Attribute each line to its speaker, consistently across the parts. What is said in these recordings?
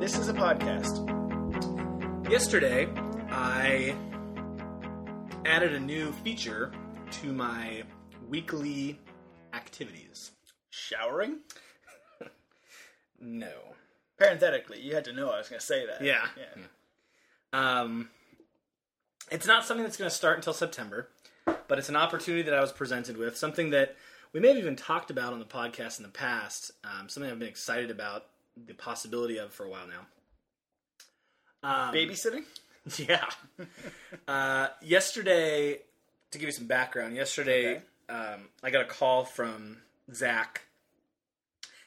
Speaker 1: This is a podcast.
Speaker 2: Yesterday, I added a new feature to my weekly activities.
Speaker 1: Showering?
Speaker 2: No.
Speaker 1: Parenthetically, you had to know I was going to say that.
Speaker 2: Yeah.
Speaker 1: yeah.
Speaker 2: Um, it's not something that's going to start until September, but it's an opportunity that I was presented with, something that we may have even talked about on the podcast in the past, um, something I've been excited about the possibility of for a while now. Um,
Speaker 1: Babysitting?
Speaker 2: Yeah. uh, yesterday, to give you some background, yesterday um, I got a call from Zach.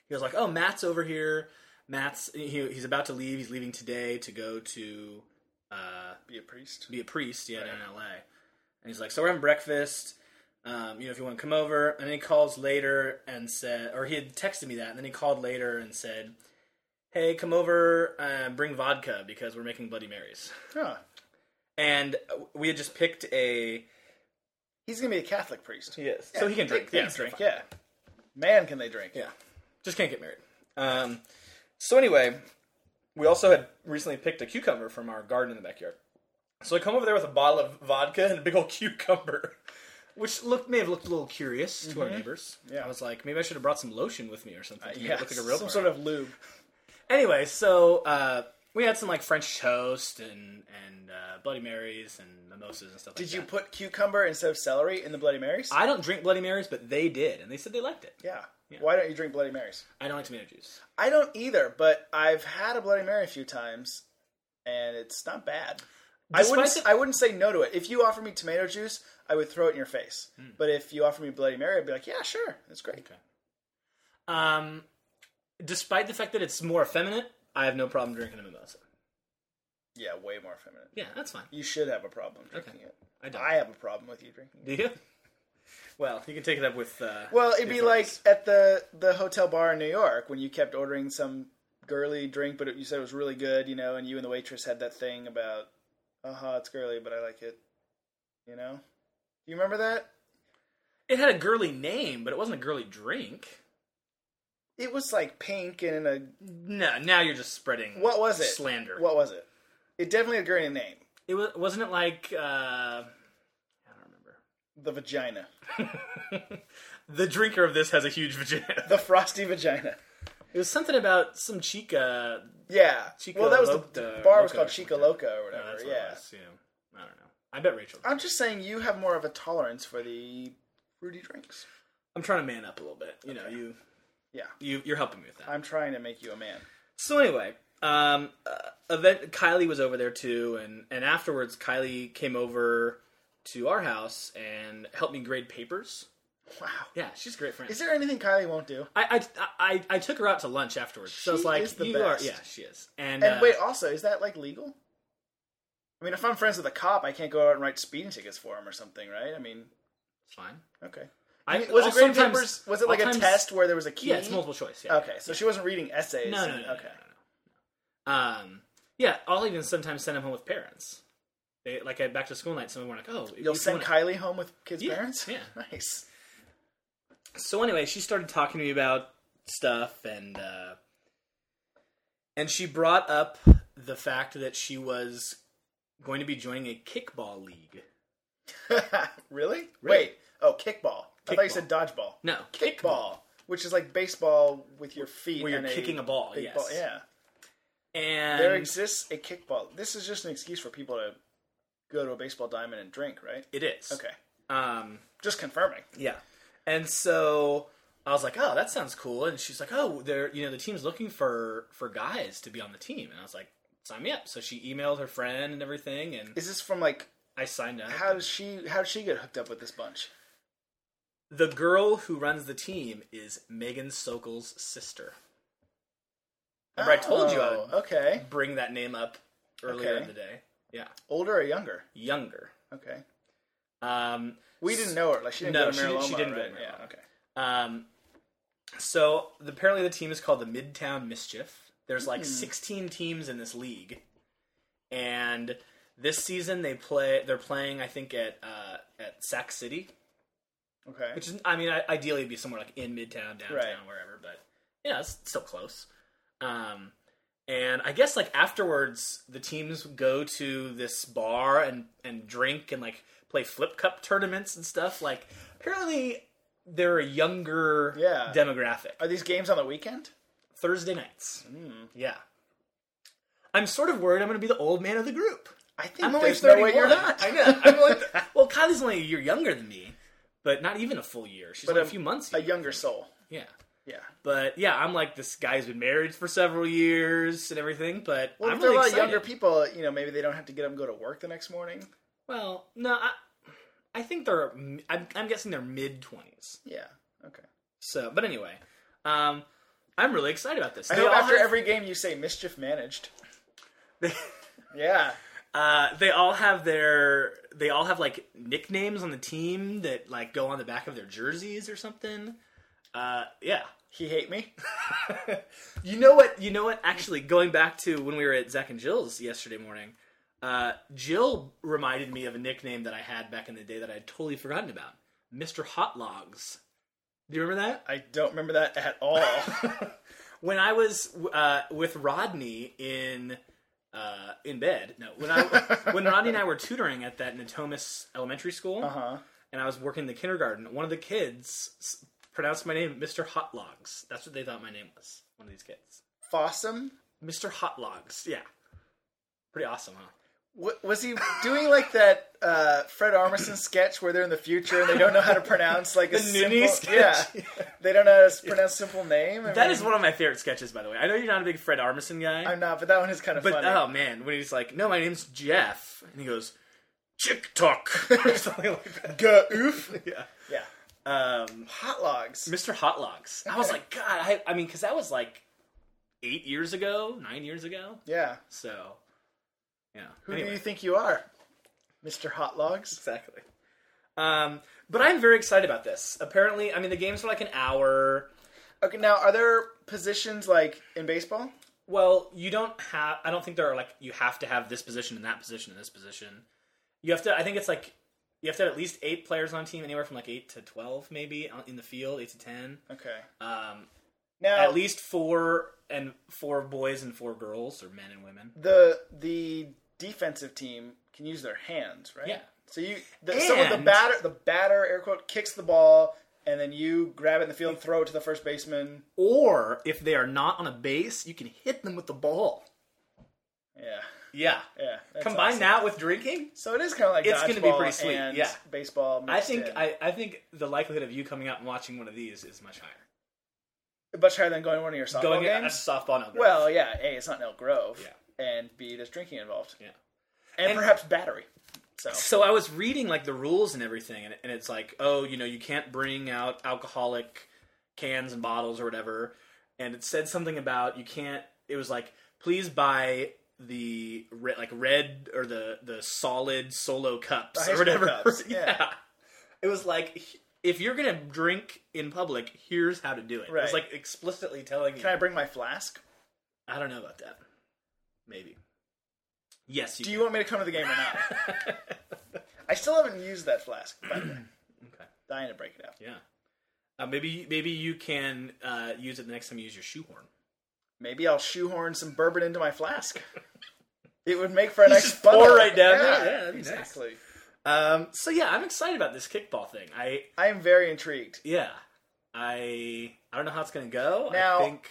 Speaker 2: He was like, "Oh, Matt's over here. Matt's he, he's about to leave. He's leaving today to go to uh,
Speaker 1: Be a priest.
Speaker 2: be a priest, yeah, down
Speaker 1: Right.
Speaker 2: in LA. And he's like, so we're having breakfast. Um, you know, if you want to come over. And then he calls later and said, or he had texted me that, and then he called later and said, hey, come over, uh, bring vodka because we're making Bloody Marys.
Speaker 1: Huh.
Speaker 2: And uh, we had just picked a.
Speaker 1: He's going to be a Catholic priest.
Speaker 2: Yes. So he can drink.
Speaker 1: They
Speaker 2: Yeah,
Speaker 1: can drink,
Speaker 2: fine.
Speaker 1: yeah. Man, can they drink.
Speaker 2: Yeah. Just can't get married. Um, so anyway, we also had recently picked a cucumber from our garden in the backyard. So I come over there with a bottle of vodka and a big old cucumber, which looked may have looked a little curious to our neighbors.
Speaker 1: Mm-hmm. Yeah.
Speaker 2: I was like, maybe I should have brought some lotion with me or something. to make
Speaker 1: Yeah,
Speaker 2: it look like a real
Speaker 1: some
Speaker 2: party.
Speaker 1: sort of lube.
Speaker 2: Anyway, so uh, we had some like French toast and and uh, Bloody Marys and mimosas and stuff.
Speaker 1: Did
Speaker 2: like
Speaker 1: you
Speaker 2: that.
Speaker 1: put cucumber instead of celery in the Bloody Marys?
Speaker 2: I don't drink Bloody Marys, but they did, and they said they liked it.
Speaker 1: yeah. Why don't you drink Bloody Marys?
Speaker 2: I don't like tomato juice.
Speaker 1: I don't either, but I've had a Bloody Mary a few times, and it's not bad. I
Speaker 2: Despite
Speaker 1: wouldn't.
Speaker 2: the-
Speaker 1: I wouldn't say no to it. If you offer me tomato juice, I would throw it in your face.
Speaker 2: Hmm.
Speaker 1: But if you offer me Bloody Mary, I'd be like, yeah, sure, that's great.
Speaker 2: Um, despite the fact that it's more effeminate, I have no problem drinking a mimosa.
Speaker 1: Yeah, way more feminine.
Speaker 2: Yeah, that's fine.
Speaker 1: You should have a problem drinking
Speaker 2: Okay.
Speaker 1: it.
Speaker 2: I don't.
Speaker 1: I have a problem with you drinking. it.
Speaker 2: Do you? Well, you can take it up with. Uh,
Speaker 1: Well, it'd
Speaker 2: the
Speaker 1: be like
Speaker 2: authorities.
Speaker 1: at the the hotel bar in New York when you kept ordering some girly drink, but it, you said it was really good, you know, and you and the waitress had that thing about, uh huh, it's girly, but I like it, you know. You remember that?
Speaker 2: it had a girly name, but it wasn't a girly drink.
Speaker 1: It was like pink and in a
Speaker 2: No, now you're just spreading.
Speaker 1: what was it?
Speaker 2: Slander.
Speaker 1: What was it? It definitely had a girly name.
Speaker 2: It was wasn't it like. Uh, I don't
Speaker 1: The vagina.
Speaker 2: remember. the drinker of this has a huge vagina.
Speaker 1: The frosty vagina.
Speaker 2: It was something about some chica. Oh,
Speaker 1: Yeah.
Speaker 2: Chica
Speaker 1: well, that was the,
Speaker 2: Loca-
Speaker 1: the bar was
Speaker 2: Loca
Speaker 1: called
Speaker 2: or
Speaker 1: Chica
Speaker 2: something.
Speaker 1: Loca or whatever.
Speaker 2: That's what
Speaker 1: yeah.
Speaker 2: It was. yeah. I don't know. I bet Rachel.
Speaker 1: I'm just saying you have more of a tolerance for the fruity drinks.
Speaker 2: I'm trying to man up a little bit. You know, you
Speaker 1: Yeah.
Speaker 2: you you're helping me with that.
Speaker 1: I'm trying to make you a man.
Speaker 2: So anyway, um, uh, event Kylie was over there too, and and afterwards Kylie came over to our house and helped me grade papers.
Speaker 1: Wow.
Speaker 2: Yeah, she's a great friend.
Speaker 1: Is there anything Kylie won't do?
Speaker 2: I, I I I took her out to lunch afterwards. so I was
Speaker 1: She
Speaker 2: like,
Speaker 1: is the
Speaker 2: you
Speaker 1: best.
Speaker 2: are, yeah, she is. And,
Speaker 1: And
Speaker 2: uh,
Speaker 1: wait, also, is that like legal? I mean, if I'm friends with a cop, I can't go out and write speeding tickets for him or something, right? I mean,
Speaker 2: it's fine.
Speaker 1: okay.
Speaker 2: I
Speaker 1: I mean, was
Speaker 2: I'll
Speaker 1: it graded
Speaker 2: sometimes-
Speaker 1: papers? Was it like
Speaker 2: I'll
Speaker 1: a
Speaker 2: times-
Speaker 1: test where there was a key?
Speaker 2: Yeah, it's multiple choice. Yeah.
Speaker 1: Okay, so she wasn't reading essays.
Speaker 2: No, no, no,
Speaker 1: and-
Speaker 2: no, no,
Speaker 1: okay.
Speaker 2: no, no. Um, yeah, I'll even sometimes send them home with parents. They, like at back to school night, someone were like, "Oh, if
Speaker 1: You'll
Speaker 2: you
Speaker 1: send
Speaker 2: wanna-
Speaker 1: Kylie home with kids'
Speaker 2: Yeah,
Speaker 1: parents.
Speaker 2: yeah.
Speaker 1: nice.
Speaker 2: so anyway, she started talking to me about stuff and uh and she brought up the fact that she was going to be joining a kickball league.
Speaker 1: really?
Speaker 2: Really?
Speaker 1: Wait. Oh, kickball. I thought you
Speaker 2: Kickball.
Speaker 1: said dodgeball.
Speaker 2: No,
Speaker 1: Kickball, which is like baseball with your feet.
Speaker 2: Where you're
Speaker 1: and
Speaker 2: kicking a ball,
Speaker 1: big
Speaker 2: yes.
Speaker 1: ball- Yeah.
Speaker 2: And
Speaker 1: There exists a kickball. This is just an excuse for people to go to a baseball diamond and drink, right?
Speaker 2: it is.
Speaker 1: Okay.
Speaker 2: Um
Speaker 1: Just confirming.
Speaker 2: yeah. And so I was like, "Oh, that sounds cool." And she's like, "Oh, they're, you know, the team's looking for for guys to be on the team." And I was like, "Sign me up." So she emailed her friend and everything and
Speaker 1: Is this from like
Speaker 2: I signed up.
Speaker 1: how does she how does she get hooked up with this bunch?
Speaker 2: The girl who runs the team is Megan Sokol's sister. Remember, I told you I
Speaker 1: Oh,
Speaker 2: would
Speaker 1: Okay.
Speaker 2: bring that name up earlier
Speaker 1: Okay.
Speaker 2: in the day. Yeah,
Speaker 1: Older or younger?
Speaker 2: younger.
Speaker 1: Okay.
Speaker 2: Um,
Speaker 1: We didn't know her. Like she didn't
Speaker 2: No,
Speaker 1: go to
Speaker 2: she didn't- she
Speaker 1: Mariloma,
Speaker 2: didn't go
Speaker 1: right?
Speaker 2: to
Speaker 1: Yeah.
Speaker 2: Mariloma.
Speaker 1: Okay.
Speaker 2: um, so the- apparently the team is called the Midtown Mischief. There's like
Speaker 1: Hmm.
Speaker 2: 16 teams in this league, and this season they play. They're playing, I think, at uh, at Sac City,
Speaker 1: Okay.
Speaker 2: which is, I mean, I- ideally it'd be somewhere like in Midtown, downtown,
Speaker 1: Right.
Speaker 2: wherever. But yeah, it's still close. Um, And I guess like afterwards, the teams go to this bar and and drink and like play flip cup tournaments and stuff. Like apparently, they're a younger
Speaker 1: Yeah.
Speaker 2: demographic.
Speaker 1: Are these games on the weekend?
Speaker 2: Thursday nights.
Speaker 1: Hmm.
Speaker 2: Yeah. I'm sort of worried I'm going to be the old man of the group.
Speaker 1: I think
Speaker 2: I'm only
Speaker 1: there's
Speaker 2: 31.
Speaker 1: no way you're not.
Speaker 2: I know. I'm only, well, Kylie's only a year younger than me, but not even a full year. She's only a,
Speaker 1: a-
Speaker 2: few months.
Speaker 1: A
Speaker 2: younger.
Speaker 1: younger soul.
Speaker 2: yeah.
Speaker 1: Yeah.
Speaker 2: But yeah, I'm like this guy's been married for several years and everything. But
Speaker 1: Well,
Speaker 2: I'm
Speaker 1: if they're
Speaker 2: really
Speaker 1: a lot
Speaker 2: excited.
Speaker 1: younger people, you know, maybe they don't have to get up and go to work the next morning.
Speaker 2: Well, no, I, I think they're. m- I'm, I'm guessing they're mid twenties.
Speaker 1: Yeah. Okay.
Speaker 2: So, but anyway, um, I'm really excited about this.
Speaker 1: I
Speaker 2: They
Speaker 1: hope
Speaker 2: all
Speaker 1: after
Speaker 2: have-
Speaker 1: every game you say mischief managed.
Speaker 2: they-
Speaker 1: Yeah.
Speaker 2: Uh, they all have their they all have like nicknames on the team that like go on the back of their jerseys or something. Uh, yeah.
Speaker 1: He hate me.
Speaker 2: You know what? You know what? Actually, going back to when we were at Zach and Jill's yesterday morning, uh, Jill reminded me of a nickname that I had back in the day that I had totally forgotten about, Mister Hot Logs. Do you remember that?
Speaker 1: I don't remember that at all.
Speaker 2: when I was uh, with Rodney in uh, in bed. No, when I when Rodney and I were tutoring at that Natomas Elementary School,
Speaker 1: huh.
Speaker 2: and I was working in the kindergarten, one of the kids s- pronounced my name Mr. Hot Logs. That's what they thought my name was. One of these kids,
Speaker 1: Fossum?
Speaker 2: Mr. Hot Logs. Yeah, pretty awesome, huh?
Speaker 1: W- was he doing like that uh, Fred Armisen sketch where they're in the future and they don't know how to pronounce like a
Speaker 2: The
Speaker 1: simple-
Speaker 2: Noonie sketch.
Speaker 1: Yeah, they don't know how to pronounce simple name. I
Speaker 2: That
Speaker 1: mean,
Speaker 2: is one of my favorite sketches, by the way. I know you're not a big Fred Armisen guy,
Speaker 1: I'm not, but that one is kind of
Speaker 2: But
Speaker 1: funny.
Speaker 2: oh man, when he's like, "No, my name's Jeff," and he goes, "Chick Tuck," or something like that.
Speaker 1: Gah, oof.
Speaker 2: Yeah.
Speaker 1: Yeah,
Speaker 2: Um,
Speaker 1: hot logs.
Speaker 2: Mr. Hot Logs. I was like, God, I, I mean, because that was like eight years ago, nine years ago.
Speaker 1: Yeah,
Speaker 2: So, yeah.
Speaker 1: who
Speaker 2: Anyway.
Speaker 1: do you think you are, Mister Hot Logs?
Speaker 2: exactly. Um, but I'm very excited about this. Apparently, I mean, the game's for like an hour.
Speaker 1: Okay, now are there positions like in baseball?
Speaker 2: Well, you don't have. I don't think there are like you have to have this position and that position and this position. You have to. I think it's like you have to have at least eight players on team, anywhere from like eight to twelve, maybe on- in the field, eight to ten.
Speaker 1: Okay,
Speaker 2: Um,
Speaker 1: now
Speaker 2: at least four and four boys and four girls, or men and women.
Speaker 1: the the defensive team can use their hands, right?
Speaker 2: Yeah.
Speaker 1: So you, the, someone the
Speaker 2: And-
Speaker 1: batter, the batter, air quote, kicks the ball, and then you grab it in the field, and throw it to the first baseman.
Speaker 2: Or if they are not on a base, you can hit them with the ball.
Speaker 1: Yeah,
Speaker 2: Yeah.
Speaker 1: yeah. that's
Speaker 2: Combine
Speaker 1: awesome.
Speaker 2: that with drinking.
Speaker 1: So it is kind of like
Speaker 2: It's
Speaker 1: dodgeball
Speaker 2: gonna be pretty sweet,
Speaker 1: and
Speaker 2: yeah.
Speaker 1: baseball.
Speaker 2: I
Speaker 1: mixed
Speaker 2: think
Speaker 1: in.
Speaker 2: I, I think the likelihood of you coming out and watching one of these is much higher.
Speaker 1: much higher than going to one of your softball
Speaker 2: Going at a
Speaker 1: games.
Speaker 2: softball now.
Speaker 1: well, yeah. A, it's not in Elk Grove.
Speaker 2: Yeah.
Speaker 1: And B, there's drinking involved.
Speaker 2: Yeah.
Speaker 1: And,
Speaker 2: And-
Speaker 1: perhaps battery. So
Speaker 2: So I was reading like the rules and everything, and, and it's like, oh, you know, you can't bring out alcoholic cans and bottles or whatever. And it said something about you can't. It was like, please buy the red, like red or the the solid solo cups
Speaker 1: high
Speaker 2: or
Speaker 1: school
Speaker 2: whatever.
Speaker 1: cups, yeah.
Speaker 2: It was like if you're gonna drink in public, here's how to do it. It was
Speaker 1: Right.
Speaker 2: like explicitly telling you.
Speaker 1: can I bring my flask?
Speaker 2: I don't know about that. Maybe. Yes. You
Speaker 1: Do you want me to come to the game or not? I still haven't used that flask. By the way.
Speaker 2: Okay.
Speaker 1: Dying to break it out.
Speaker 2: Yeah. Uh, maybe maybe you can uh, use it the next time you use your shoehorn.
Speaker 1: Maybe I'll shoehorn some bourbon into my flask. It would make for a nice
Speaker 2: just pour
Speaker 1: funnel.
Speaker 2: right down
Speaker 1: yeah,
Speaker 2: there. Yeah, that'd be nice.
Speaker 1: exactly.
Speaker 2: Um, so yeah, I'm excited about this kickball thing. I
Speaker 1: I am very intrigued
Speaker 2: yeah, I I don't know how it's gonna go.
Speaker 1: Now-
Speaker 2: I think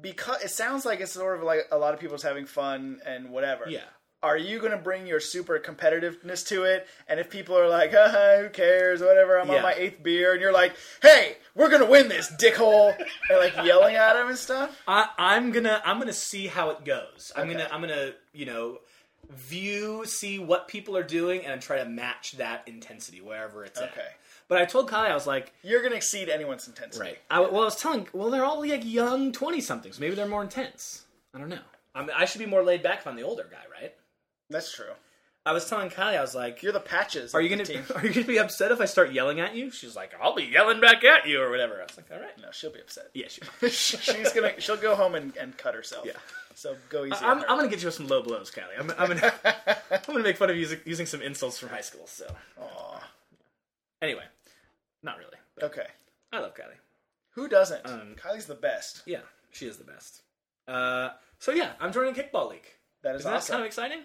Speaker 1: because it sounds like it's sort of like a lot of people's having fun and whatever.
Speaker 2: yeah.
Speaker 1: are you going to bring your super competitiveness to it? And if people are like, uh, who cares, whatever, I'm
Speaker 2: Yeah.
Speaker 1: on my eighth beer, and you're like, hey, we're going to win this, dickhole, and like yelling at him and stuff.
Speaker 2: I, I'm gonna I'm gonna see how it goes. I'm gonna
Speaker 1: Okay.
Speaker 2: I'm gonna you know view see what people are doing and try to match that intensity wherever it's at.
Speaker 1: Okay.
Speaker 2: But I told Kylie I was like
Speaker 1: You're going to exceed anyone's intensity.
Speaker 2: I, well, I was telling. Well, they're all like young twenty somethings. Maybe they're more intense. I don't know. I mean, I should be more laid back if I'm the older guy, right?
Speaker 1: That's true.
Speaker 2: I was telling Kylie, I was like,
Speaker 1: You're the patches.
Speaker 2: "Are
Speaker 1: of
Speaker 2: you
Speaker 1: the
Speaker 2: gonna
Speaker 1: Team.
Speaker 2: are you gonna be upset if I start yelling at you?" She's like, "I'll be yelling back at you or whatever." I was like, "All right."
Speaker 1: No, she'll be upset.
Speaker 2: Yeah, she,
Speaker 1: She's going to. She'll go home and, and cut herself.
Speaker 2: Yeah.
Speaker 1: So go easy.
Speaker 2: I'm,
Speaker 1: on
Speaker 2: I'm
Speaker 1: her.
Speaker 2: gonna get you with some low blows, Kylie. I'm, I'm gonna I'm gonna make fun of you using, using some insults from high school. So
Speaker 1: Aw.
Speaker 2: anyway, not really. But
Speaker 1: Okay.
Speaker 2: I love Kylie.
Speaker 1: Who doesn't?
Speaker 2: Um,
Speaker 1: Kylie's the best.
Speaker 2: Yeah, she is the best. Uh, so yeah, I'm joining a kickball league.
Speaker 1: That is
Speaker 2: Isn't that
Speaker 1: awesome.
Speaker 2: kind of exciting?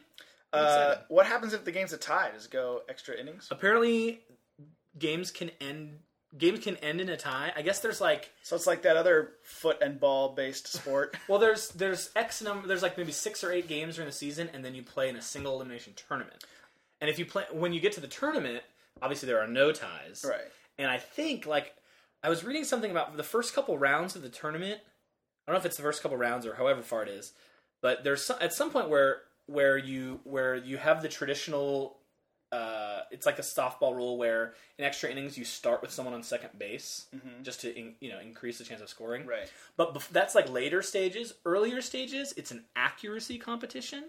Speaker 1: uh, what happens if the game's a tie? Does it go extra innings?
Speaker 2: Apparently, games can end. Games can end in a tie. I guess there's like
Speaker 1: So it's like that other foot and ball based sport.
Speaker 2: well, there's there's X number. There's like maybe six or eight games during the season, and then you play in a single elimination tournament. And if you play when you get to the tournament, obviously there are no ties.
Speaker 1: right.
Speaker 2: And I think like I was reading something about the first couple rounds of the tournament. I don't know if it's the first couple rounds or however far it is, but there's some, at some point where where you where you have the traditional. Uh, it's like a softball rule where in extra innings you start with someone on second base just to in, you know increase the chance of scoring.
Speaker 1: Right.
Speaker 2: But bef- that's like later stages. Earlier stages, it's an accuracy competition.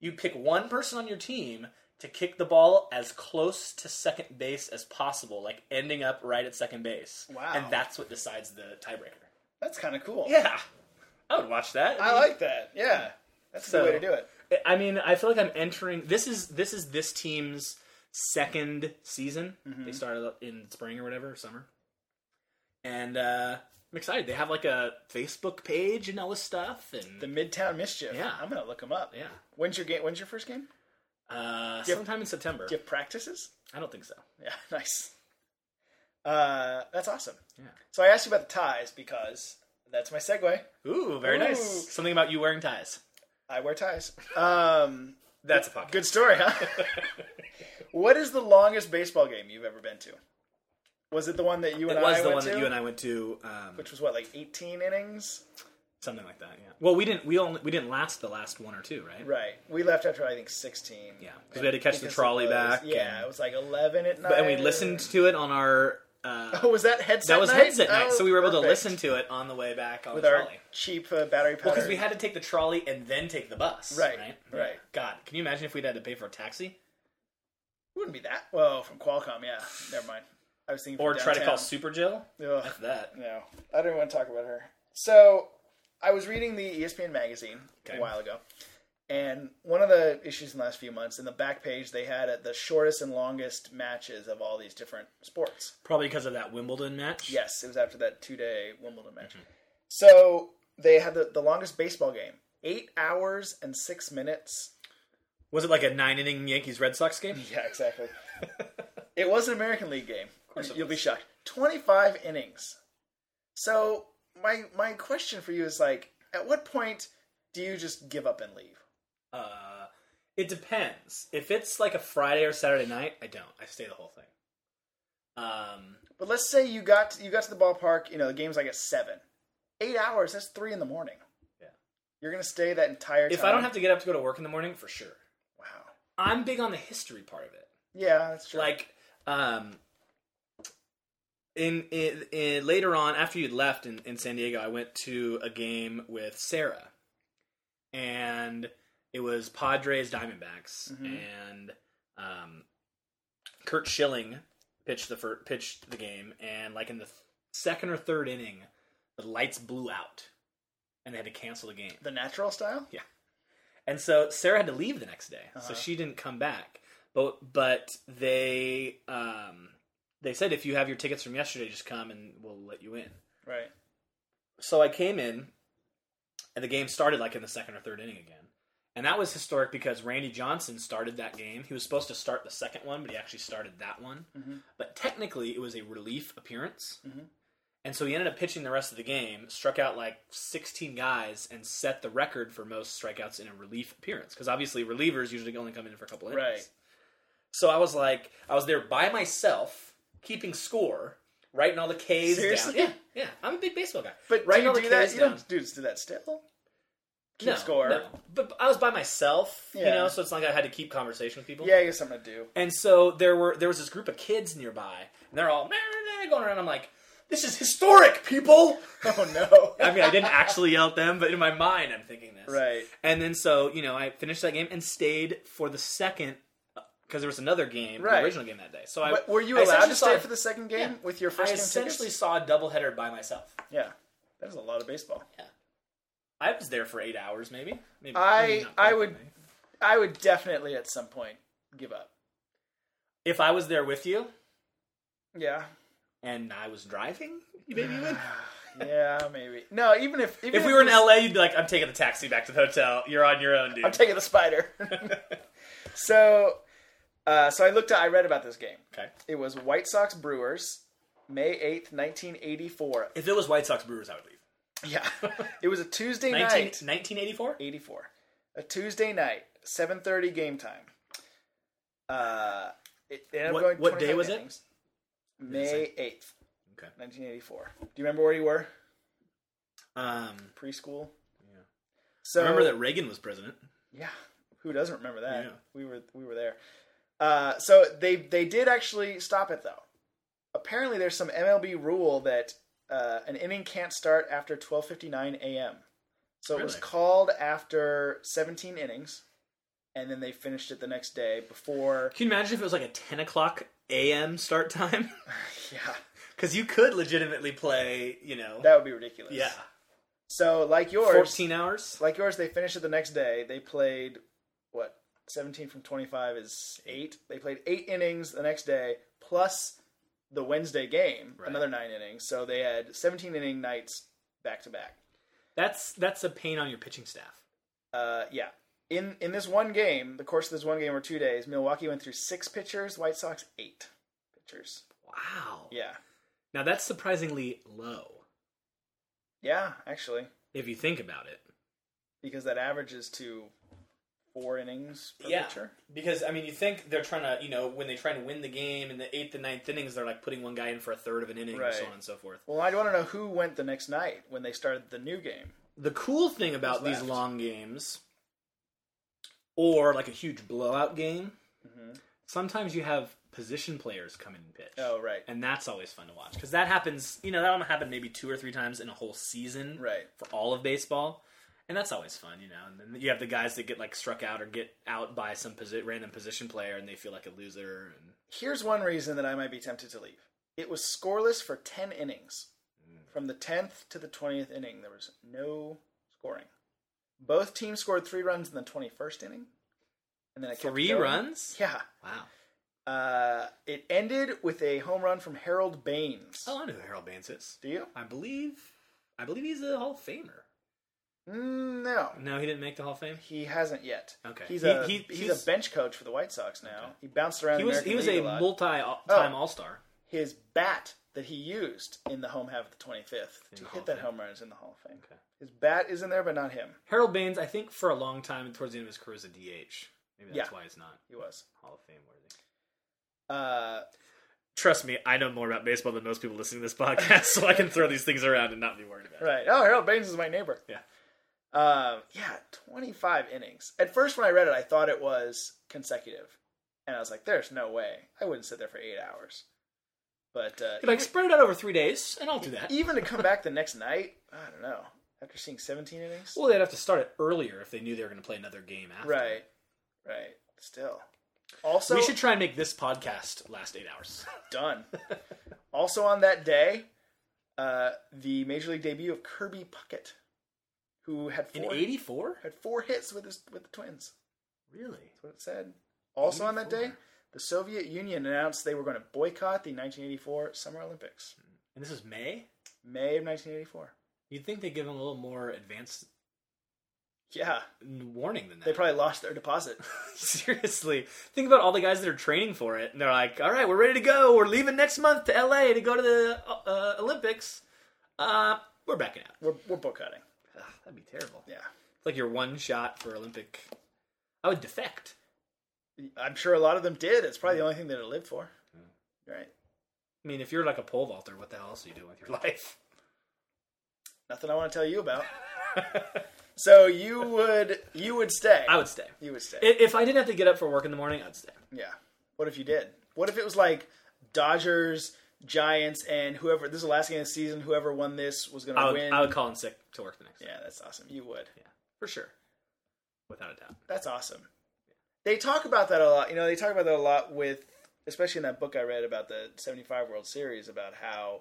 Speaker 2: You pick one person on your team to kick the ball as close to second base as possible, like ending up right at second base.
Speaker 1: Wow.
Speaker 2: And that's what decides the tiebreaker.
Speaker 1: That's kind of cool.
Speaker 2: Yeah. I would watch that.
Speaker 1: I like that. Yeah. That's the
Speaker 2: So-
Speaker 1: way to do it.
Speaker 2: I mean, I feel like I'm entering this is this is this team's second season.
Speaker 1: Mm-hmm.
Speaker 2: They started in spring or whatever, summer. And uh I'm excited. They have like a Facebook page and all this stuff and
Speaker 1: The Midtown Mischief.
Speaker 2: Yeah.
Speaker 1: I'm gonna look them up.
Speaker 2: yeah.
Speaker 1: When's your game? When's your first game?
Speaker 2: Uh, sometime in September.
Speaker 1: Do you have practices?
Speaker 2: I don't think so.
Speaker 1: Yeah. Nice. Uh, that's awesome.
Speaker 2: Yeah.
Speaker 1: So I asked you about the ties because that's my segue.
Speaker 2: Ooh, very
Speaker 1: Ooh.
Speaker 2: nice. Something about you wearing ties.
Speaker 1: I wear ties. Um,
Speaker 2: That's a podcast.
Speaker 1: good story, huh? what is the longest baseball game you've ever been to? Was it the one that you and
Speaker 2: It was
Speaker 1: I
Speaker 2: the
Speaker 1: went
Speaker 2: one
Speaker 1: to?
Speaker 2: that you and I went to, um,
Speaker 1: Which was what, like 18 innings?
Speaker 2: something like that. Yeah. Well, we didn't. We only we didn't last the last one or two, right?
Speaker 1: Right. We left after I think 16.
Speaker 2: Yeah, because we had to catch the
Speaker 1: Because it
Speaker 2: trolley
Speaker 1: was-
Speaker 2: back.
Speaker 1: Yeah,
Speaker 2: and-
Speaker 1: it was like 11 at night.
Speaker 2: and we listened to it on our. Uh,
Speaker 1: Oh, was that headset?
Speaker 2: that was
Speaker 1: night?
Speaker 2: headset night,
Speaker 1: Oh,
Speaker 2: so we were able to
Speaker 1: perfect.
Speaker 2: listen to it on the way back on
Speaker 1: with
Speaker 2: the
Speaker 1: our
Speaker 2: trolley.
Speaker 1: cheap uh, battery power.
Speaker 2: Because we had to take the trolley and then take the bus.
Speaker 1: Right,
Speaker 2: Right.
Speaker 1: right.
Speaker 2: Yeah. God, can you imagine if we'd had to pay for a taxi
Speaker 1: wouldn't be that. Well, from Qualcomm, yeah. Never mind. I was thinking
Speaker 2: or
Speaker 1: from
Speaker 2: try to call
Speaker 1: downtown.
Speaker 2: Super Jill?
Speaker 1: Ugh.
Speaker 2: That.
Speaker 1: No, I don't want to talk about her. So, I was reading the E ESPN magazine
Speaker 2: Okay.
Speaker 1: a while ago, and one of the issues in the last few months, in the back page, they had uh, the shortest and longest matches of all these different sports.
Speaker 2: Probably because of that Wimbledon match.
Speaker 1: Yes, it was after that two day Wimbledon match.
Speaker 2: Mm-hmm.
Speaker 1: So, they had the, the longest baseball game eight hours and six minutes.
Speaker 2: Was it like a nine inning Yankees Red Sox game?
Speaker 1: Yeah, exactly. it was an American League game. Of
Speaker 2: course it
Speaker 1: You'll
Speaker 2: was.
Speaker 1: be shocked. 25 innings. So, my my question for you is like at what point do you just give up and leave?
Speaker 2: Uh, it depends. If it's like a Friday or Saturday night, I don't. I stay the whole thing. Um,
Speaker 1: But let's say you got you got to the ballpark, you know, the game's like at 7. 8 hours, that's 3 in the morning.
Speaker 2: Yeah.
Speaker 1: You're going to stay that entire time.
Speaker 2: if I don't have to get up to go to work in the morning, for sure.
Speaker 1: Wow.
Speaker 2: I'm big on the history part of it.
Speaker 1: Yeah, that's true.
Speaker 2: Like, um, in, in, in later on after you'd left in, in San Diego, I went to a game with Sarah, and it was Padres Diamondbacks,
Speaker 1: Mhm.
Speaker 2: and um, Kurt Schilling pitched the fir- pitched the game, and like in the th- second or third inning, the lights blew out, and they had to cancel the game.
Speaker 1: the natural style?
Speaker 2: And so Sarah had to leave the next day,
Speaker 1: Uh-huh.
Speaker 2: so she didn't come back. But but they um, they said if you have your tickets from yesterday, just come and we'll let you in.
Speaker 1: Right.
Speaker 2: So I came in, and the game started like in the second or third inning again, and that was historic because Randy Johnson started that game. He was supposed to start the second one, but he actually started that one.
Speaker 1: Mhm.
Speaker 2: But technically, it was a relief appearance.
Speaker 1: Mhm.
Speaker 2: And so he ended up pitching the rest of the game, struck out like 16 guys, and set the record for most strikeouts in a relief appearance. Because obviously, relievers usually only come in for a couple innings.
Speaker 1: Right.
Speaker 2: So I was like, I was there by myself, keeping score, writing all the K's
Speaker 1: Seriously?
Speaker 2: down. Yeah, yeah. I'm a big baseball guy.
Speaker 1: But
Speaker 2: Right
Speaker 1: do you
Speaker 2: on the
Speaker 1: do that?
Speaker 2: K's
Speaker 1: You
Speaker 2: down.
Speaker 1: don't dudes do that still? Keep
Speaker 2: no,
Speaker 1: score.
Speaker 2: No. But I was by myself, you
Speaker 1: Yeah.
Speaker 2: know, so it's not like I had to keep conversation with people.
Speaker 1: Yeah, I guess I'm going to do.
Speaker 2: And so there were there was this group of kids nearby, and they're all "Nah, nah, nah," going around. I'm like, this is historic, people.
Speaker 1: Oh no.
Speaker 2: I mean, I didn't actually yell at them, but in my mind, I'm thinking this.
Speaker 1: right.
Speaker 2: And then so you know, I finished that game and stayed for the second because there was another game,
Speaker 1: Right.
Speaker 2: the original game that day. So I
Speaker 1: But were you
Speaker 2: I
Speaker 1: allowed
Speaker 2: essentially
Speaker 1: to stay
Speaker 2: saw-
Speaker 1: for the second game
Speaker 2: Yeah.
Speaker 1: with your
Speaker 2: I
Speaker 1: first game
Speaker 2: essentially
Speaker 1: tickets?
Speaker 2: saw a doubleheader by myself.
Speaker 1: Yeah, that is a lot of baseball.
Speaker 2: I was there for eight hours, maybe. maybe
Speaker 1: I-
Speaker 2: maybe not quite
Speaker 1: I
Speaker 2: that
Speaker 1: would-
Speaker 2: many.
Speaker 1: I would definitely at some point give up.
Speaker 2: if I was there with you
Speaker 1: Yeah,
Speaker 2: and I was driving, maybe you would.
Speaker 1: yeah, maybe. No, even if even
Speaker 2: If we were in LA, you'd be like, I'm taking the taxi back to the hotel. You're on your own, dude.
Speaker 1: I'm taking the spider. so, uh, so I looked. At, I read about this game.
Speaker 2: okay.
Speaker 1: It was White Sox Brewers, May eighth, nineteen eighty four.
Speaker 2: If it was White Sox Brewers, I would leave.
Speaker 1: Yeah, it was a Tuesday
Speaker 2: 19,
Speaker 1: night.
Speaker 2: 1984?
Speaker 1: 84 a tuesday night 7.30 game time uh it ended
Speaker 2: What-
Speaker 1: up going
Speaker 2: what
Speaker 1: 25
Speaker 2: day was it?
Speaker 1: innings. may 8th
Speaker 2: Okay.
Speaker 1: 1984 do you remember where you were
Speaker 2: Um,
Speaker 1: preschool yeah so
Speaker 2: I remember that Reagan was president.
Speaker 1: yeah who doesn't remember that
Speaker 2: Yeah.
Speaker 1: we were we were there uh so they they did actually stop it though apparently there's some mlb rule that uh, an inning can't start after 12:59 a.m. So it was
Speaker 2: Really?
Speaker 1: called after 17 innings, and then they finished it the next day before.
Speaker 2: Can you imagine if it was like a 10 o'clock a.m. start time?
Speaker 1: Yeah,
Speaker 2: Because you could legitimately play, you know,
Speaker 1: that would be ridiculous.
Speaker 2: yeah,
Speaker 1: So like yours,
Speaker 2: 14 hours.
Speaker 1: like yours, they finished it the next day. They played what 17 from 25 is eight. They played eight innings the next day plus the Wednesday game,
Speaker 2: Right.
Speaker 1: another nine innings. So they had 17 inning nights back to back.
Speaker 2: That's that's a pain on your pitching staff.
Speaker 1: uh, yeah. In in this one game, the course of this one game or two days, Milwaukee went through six pitchers, White Sox eight pitchers.
Speaker 2: Wow.
Speaker 1: Yeah,
Speaker 2: Now that's surprisingly low
Speaker 1: yeah, actually,
Speaker 2: if you think about it.
Speaker 1: because that averages to four innings per
Speaker 2: Yeah.
Speaker 1: pitcher.
Speaker 2: Because I mean, you think they're trying to, you know, when they try to win the game in the eighth and ninth innings, they're like putting one guy in for a third of an inning, and so
Speaker 1: Right.
Speaker 2: on and so forth.
Speaker 1: Well, I want to know who went the next night when they started the new game.
Speaker 2: The cool thing about
Speaker 1: Who's
Speaker 2: these
Speaker 1: left?
Speaker 2: long games, or like a huge blowout game,
Speaker 1: Mm-hmm.
Speaker 2: sometimes you have position players come in and pitch.
Speaker 1: Oh, right,
Speaker 2: and that's always fun to watch because that happens you know that'll happen maybe two or three times in a whole season
Speaker 1: right.
Speaker 2: for all of baseball and that's always fun you know and then you have the guys that get like struck out or get out by some posi- random position player and they feel like a loser and
Speaker 1: Here's one reason that I might be tempted to leave. It was scoreless for ten innings.
Speaker 2: Mm.
Speaker 1: From the tenth to the twentieth inning, there was no scoring. Both teams scored three runs in the twenty-first inning, and then it kept
Speaker 2: three
Speaker 1: going.
Speaker 2: runs
Speaker 1: Yeah.
Speaker 2: wow
Speaker 1: Uh, it ended with a home run from Harold Baines.
Speaker 2: oh i know who harold baines is
Speaker 1: Do you?
Speaker 2: i believe i believe he's a hall of famer
Speaker 1: Mm, No,
Speaker 2: no he didn't make the hall of fame
Speaker 1: he hasn't yet.
Speaker 2: Okay.
Speaker 1: he's
Speaker 2: He-
Speaker 1: a
Speaker 2: he-
Speaker 1: he's,
Speaker 2: he's-
Speaker 1: a bench coach for the White Sox now. He bounced around.
Speaker 2: he
Speaker 1: the
Speaker 2: was
Speaker 1: American
Speaker 2: he was
Speaker 1: League
Speaker 2: a
Speaker 1: a lot.
Speaker 2: multi-time
Speaker 1: Oh.
Speaker 2: all-star
Speaker 1: His bat that he used in the home half of the 25th
Speaker 2: the
Speaker 1: to
Speaker 2: Hall of
Speaker 1: hit that
Speaker 2: Fame.
Speaker 1: home run is in the Hall of Fame.
Speaker 2: Okay.
Speaker 1: His bat is in there, but not him.
Speaker 2: harold baines i think for a long time towards the end of his career was a dh maybe that's
Speaker 1: Yeah.
Speaker 2: why he's not
Speaker 1: He was.
Speaker 2: hall of fame worthy
Speaker 1: Uh,
Speaker 2: Trust me, I know more about baseball than most people listening to this podcast, so I can throw these things around and not be worried about it.
Speaker 1: right. Oh, Harold Baines is my neighbor.
Speaker 2: Yeah.
Speaker 1: Um, yeah, 25 innings. At first, when I read it, I thought it was consecutive. And I was like, there's no way. I wouldn't sit there for eight hours. But uh, e-,
Speaker 2: Like spread it out over three days, and I'll do that.
Speaker 1: even to come back the next night, I don't know. After seeing 17 innings?
Speaker 2: Well, they'd have to start it earlier if they knew they were going to play another game after.
Speaker 1: Right. Right. Still. Also,
Speaker 2: we should try and make this podcast last eight hours.
Speaker 1: done. also on that day, uh, the major league debut of Kirby Puckett, who had
Speaker 2: In
Speaker 1: four,
Speaker 2: '84,
Speaker 1: had four hits with his with the Twins.
Speaker 2: really?
Speaker 1: That's what it said. Also on that day,
Speaker 2: 84.
Speaker 1: the Soviet Union announced they were going to boycott the 1984 Summer Olympics,
Speaker 2: And this is May.
Speaker 1: May of 1984.
Speaker 2: You'd think they'd give them a little more advanced
Speaker 1: Yeah,
Speaker 2: warning than that.
Speaker 1: they probably lost their deposit.
Speaker 2: Seriously, think about all the guys that are training for it, and they're like, "All right, we're ready to go. We're leaving next month to LA to go to the uh, uh, Olympics. Uh, we're backing out.
Speaker 1: We're, we're boycotting.
Speaker 2: Ugh, that'd be terrible."
Speaker 1: Yeah,
Speaker 2: It's like your one shot for Olympic. I would defect.
Speaker 1: I'm sure a lot of them did. It's probably the only thing that it lived for. Right.
Speaker 2: I mean, if you're like a pole vaulter, what the hell else do you do with your life?
Speaker 1: Nothing I want to tell you about. so you would you would stay.
Speaker 2: I would stay.
Speaker 1: You would stay.
Speaker 2: I- If I didn't have to get up for work in the morning, I'd stay.
Speaker 1: yeah. What if you did? What if it was like Dodgers, Giants, and whoever? This is the last game of the season. Whoever won this was going to
Speaker 2: I would,
Speaker 1: win.
Speaker 2: I would call in sick to work the next day.
Speaker 1: Yeah, that's awesome. You would.
Speaker 2: Yeah, for sure. Without a doubt.
Speaker 1: That's awesome. They talk about that a lot. You know, they talk about that a lot with, especially in that book I read about the 75 World Series, about how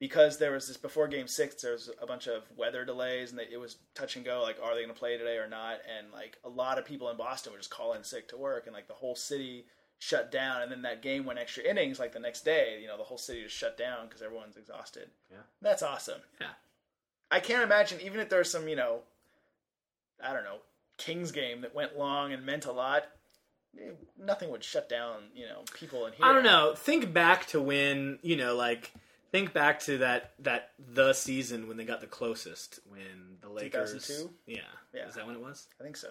Speaker 1: because there was this before game six, there was a bunch of weather delays and they, it was touch and go, like, are they going to play today or not? And like a lot of people in Boston were just calling sick to work and like the whole city shut down. And then that game went extra innings, like the next day, you know, the whole city just shut down because everyone's exhausted.
Speaker 2: Yeah.
Speaker 1: That's awesome.
Speaker 2: Yeah.
Speaker 1: I can't imagine even if there's some you know, I don't know, Kings game that went long and meant a lot. eh, Nothing would shut down you know people in here.
Speaker 2: I don't know. Think back to when you know, like think back to that that the season when they got the closest when the Lakers.
Speaker 1: 2002?
Speaker 2: Yeah.
Speaker 1: Yeah.
Speaker 2: is that when it was?
Speaker 1: I think so.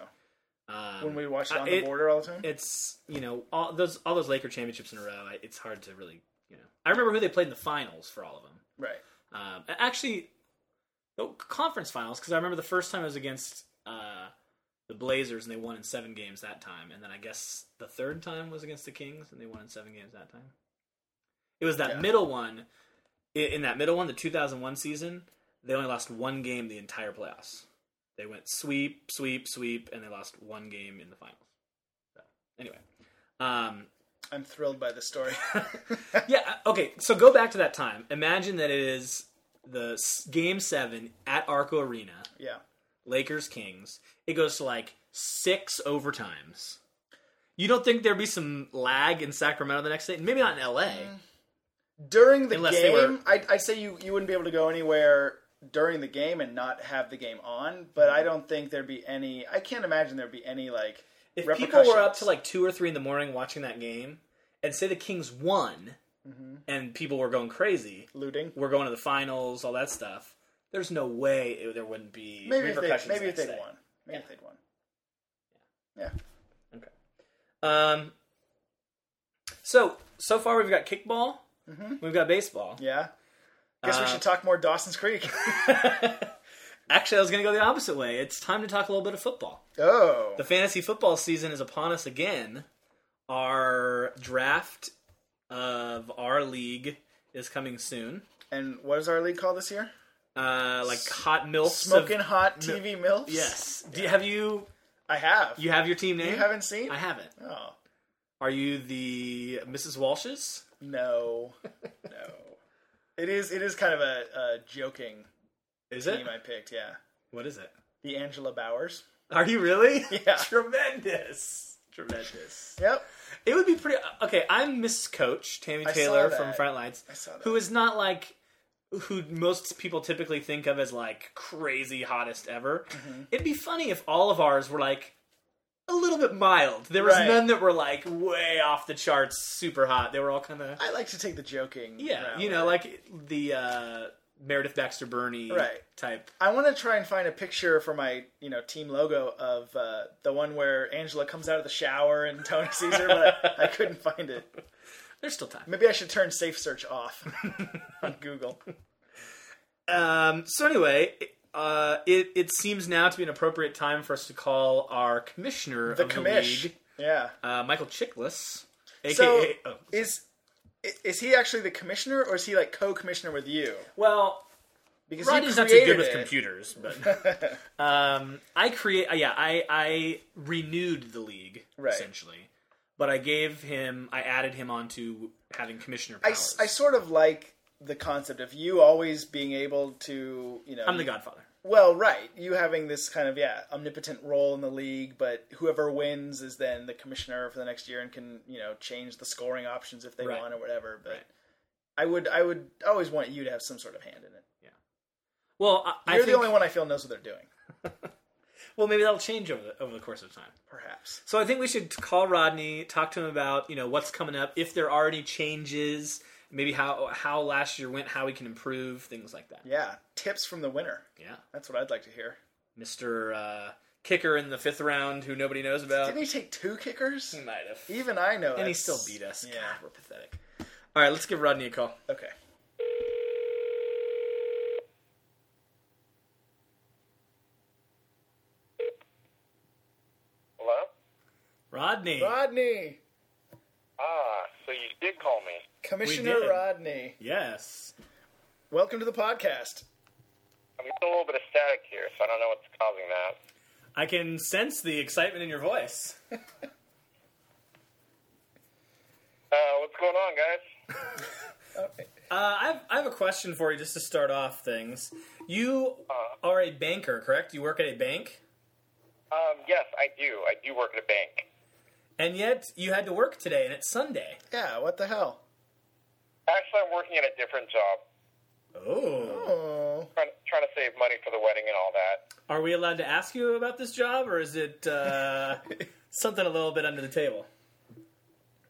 Speaker 2: Um,
Speaker 1: When we watched
Speaker 2: uh,
Speaker 1: on the
Speaker 2: it-
Speaker 1: border all the time.
Speaker 2: it's you know all those all those Laker championships in a row. I, it's hard to really you know. I remember who they played in the finals for all of them.
Speaker 1: right.
Speaker 2: Um, a- actually, no, conference finals because I remember the first time I was against uh, the Blazers and they won in seven games that time, and then I guess the third time was against the Kings and they won in seven games that time. It was that
Speaker 1: Yeah.
Speaker 2: middle one. i- In that middle one, the 2001 season, they only lost one game the entire playoffs. They went sweep, sweep, sweep, and they lost one game in the finals. So, anyway, um,
Speaker 1: I'm thrilled by this story.
Speaker 2: yeah. uh, Okay. So go back to that time. Imagine that it is the s- game seven at Arco Arena,
Speaker 1: yeah.
Speaker 2: Lakers Kings. It goes to like six overtimes. You don't think there'd be some lag in Sacramento the next day? Maybe not in LA.
Speaker 1: Mm, During the
Speaker 2: Unless
Speaker 1: game,
Speaker 2: they were-
Speaker 1: I'd, I'd say you, you wouldn't be able to go anywhere during the game and not have the game on, but I don't think there'd be any. I can't imagine there'd be any, like,
Speaker 2: If people were up to like two or three in the morning watching that game, and say the Kings won,
Speaker 1: Mm-hmm.
Speaker 2: and people were going crazy,
Speaker 1: looting.
Speaker 2: we're going to the finals, all that stuff. There's no way it, there wouldn't be
Speaker 1: Maybe if, they,
Speaker 2: repercussions.
Speaker 1: maybe if
Speaker 2: the
Speaker 1: they'd
Speaker 2: next day.
Speaker 1: won. Maybe if they'd won. Yeah.
Speaker 2: Okay. Um. So so far we've got kickball. We've got baseball.
Speaker 1: Mm-hmm. Yeah. Guess
Speaker 2: Uh,
Speaker 1: we should talk more Dawson's Creek.
Speaker 2: Actually, I was going to go the opposite way. It's time to talk a little bit of football.
Speaker 1: oh.
Speaker 2: The fantasy football season is upon us again. Our draft of our league is coming soon.
Speaker 1: and what is our league called this year?
Speaker 2: Uh, like hot milfs.
Speaker 1: Smoking
Speaker 2: Of,
Speaker 1: Hot TV MILFs?
Speaker 2: yes. Do you, have you?
Speaker 1: I have.
Speaker 2: You have your team name?
Speaker 1: You haven't seen?
Speaker 2: I haven't.
Speaker 1: Oh.
Speaker 2: Are you the Mrs. Walshes?
Speaker 1: No. no. It is, it is kind of a, a joking
Speaker 2: Is it?
Speaker 1: team I picked, yeah.
Speaker 2: What is it?
Speaker 1: The Angela Bowers.
Speaker 2: Are you really?
Speaker 1: Yeah.
Speaker 2: Tremendous. Tremendous.
Speaker 1: Yep.
Speaker 2: It would be pretty. uh, Okay, I'm Mrs. Coach, Tammy
Speaker 1: I saw
Speaker 2: Taylor
Speaker 1: that.
Speaker 2: from Front Lights,
Speaker 1: I saw that.
Speaker 2: who is not like who most people typically think of as like crazy hottest ever.
Speaker 1: Mm-hmm.
Speaker 2: It'd be funny if all of ours were like a little bit mild. There was
Speaker 1: Right.
Speaker 2: none that were like way off the charts, super hot. They were all kind of
Speaker 1: I like to take the joking.
Speaker 2: yeah,
Speaker 1: route.
Speaker 2: you know, like the uh, Meredith Baxter Burney
Speaker 1: Right.
Speaker 2: type.
Speaker 1: I want to try and find a picture for my you know team logo of uh, the one where Angela comes out of the shower and Tony sees her, but I, I couldn't find it.
Speaker 2: There's still time.
Speaker 1: Maybe I should turn safe search off on Google.
Speaker 2: Um, so anyway, uh, it it seems now to be an appropriate time for us to call our commissioner
Speaker 1: The
Speaker 2: of
Speaker 1: commish.
Speaker 2: the league,
Speaker 1: Yeah.
Speaker 2: uh, Michael Chickless, aka
Speaker 1: So
Speaker 2: oh,
Speaker 1: is i- is he actually the commissioner or is he like co-commissioner with you?
Speaker 2: well,
Speaker 1: Because you
Speaker 2: Rodney's not too good
Speaker 1: created
Speaker 2: with
Speaker 1: it.
Speaker 2: computers, but um, I create. Uh, yeah, I I renewed the league
Speaker 1: Right.
Speaker 2: essentially, but I gave him, I added him onto having commissioner
Speaker 1: I,
Speaker 2: powers.
Speaker 1: s- I sort of like the concept of you always being able to you know
Speaker 2: I'm the Godfather.
Speaker 1: Well, right. You having this kind of yeah omnipotent role in the league, but whoever wins is then the commissioner for the next year and can you know change the scoring options if they
Speaker 2: Right.
Speaker 1: want or whatever. But
Speaker 2: Right.
Speaker 1: I would I would always want you to have some sort of hand in it.
Speaker 2: Well, I, I
Speaker 1: You're
Speaker 2: think,
Speaker 1: the only one I feel knows what they're doing.
Speaker 2: well maybe that'll change over the, over the course of time.
Speaker 1: Perhaps.
Speaker 2: So I think we should call Rodney, talk to him about you know what's coming up, if there are any changes, maybe how how last year went, how we can improve, things like that.
Speaker 1: Yeah. Tips from the winner.
Speaker 2: Yeah,
Speaker 1: That's what I'd like to hear.
Speaker 2: Mister uh, Kicker in the fifth round, who nobody knows about.
Speaker 1: Didn't he take two kickers?
Speaker 2: He might have,
Speaker 1: Even I know.
Speaker 2: Hmm. and he
Speaker 1: that's-
Speaker 2: still beat us.
Speaker 1: Yeah.
Speaker 2: God, we're pathetic. All right, let's give Rodney a call.
Speaker 1: Okay.
Speaker 3: Hello?
Speaker 2: Rodney,
Speaker 1: Rodney,
Speaker 3: Ah, so you did call me.
Speaker 1: Commissioner
Speaker 2: did.
Speaker 1: Rodney,
Speaker 2: yes,
Speaker 1: welcome to the podcast.
Speaker 3: I'm getting a little bit of static here, so I don't know what's causing that.
Speaker 2: I can sense the excitement in your voice.
Speaker 3: Uh, what's going on, guys?
Speaker 2: Uh, I've, I have a question for you just to start off things. You are a banker, correct? You work at a bank,
Speaker 3: Um, yes, I do. I do work at a bank.
Speaker 2: and yet you had to work today, and it's Sunday.
Speaker 1: Yeah. What the hell?
Speaker 3: Actually, I'm working at a different job.
Speaker 2: Oh.
Speaker 1: Oh.
Speaker 2: cool.
Speaker 3: Trying, trying to save money for the wedding and all that.
Speaker 2: Are we allowed to ask you about this job, or is it uh, something a little bit under the table?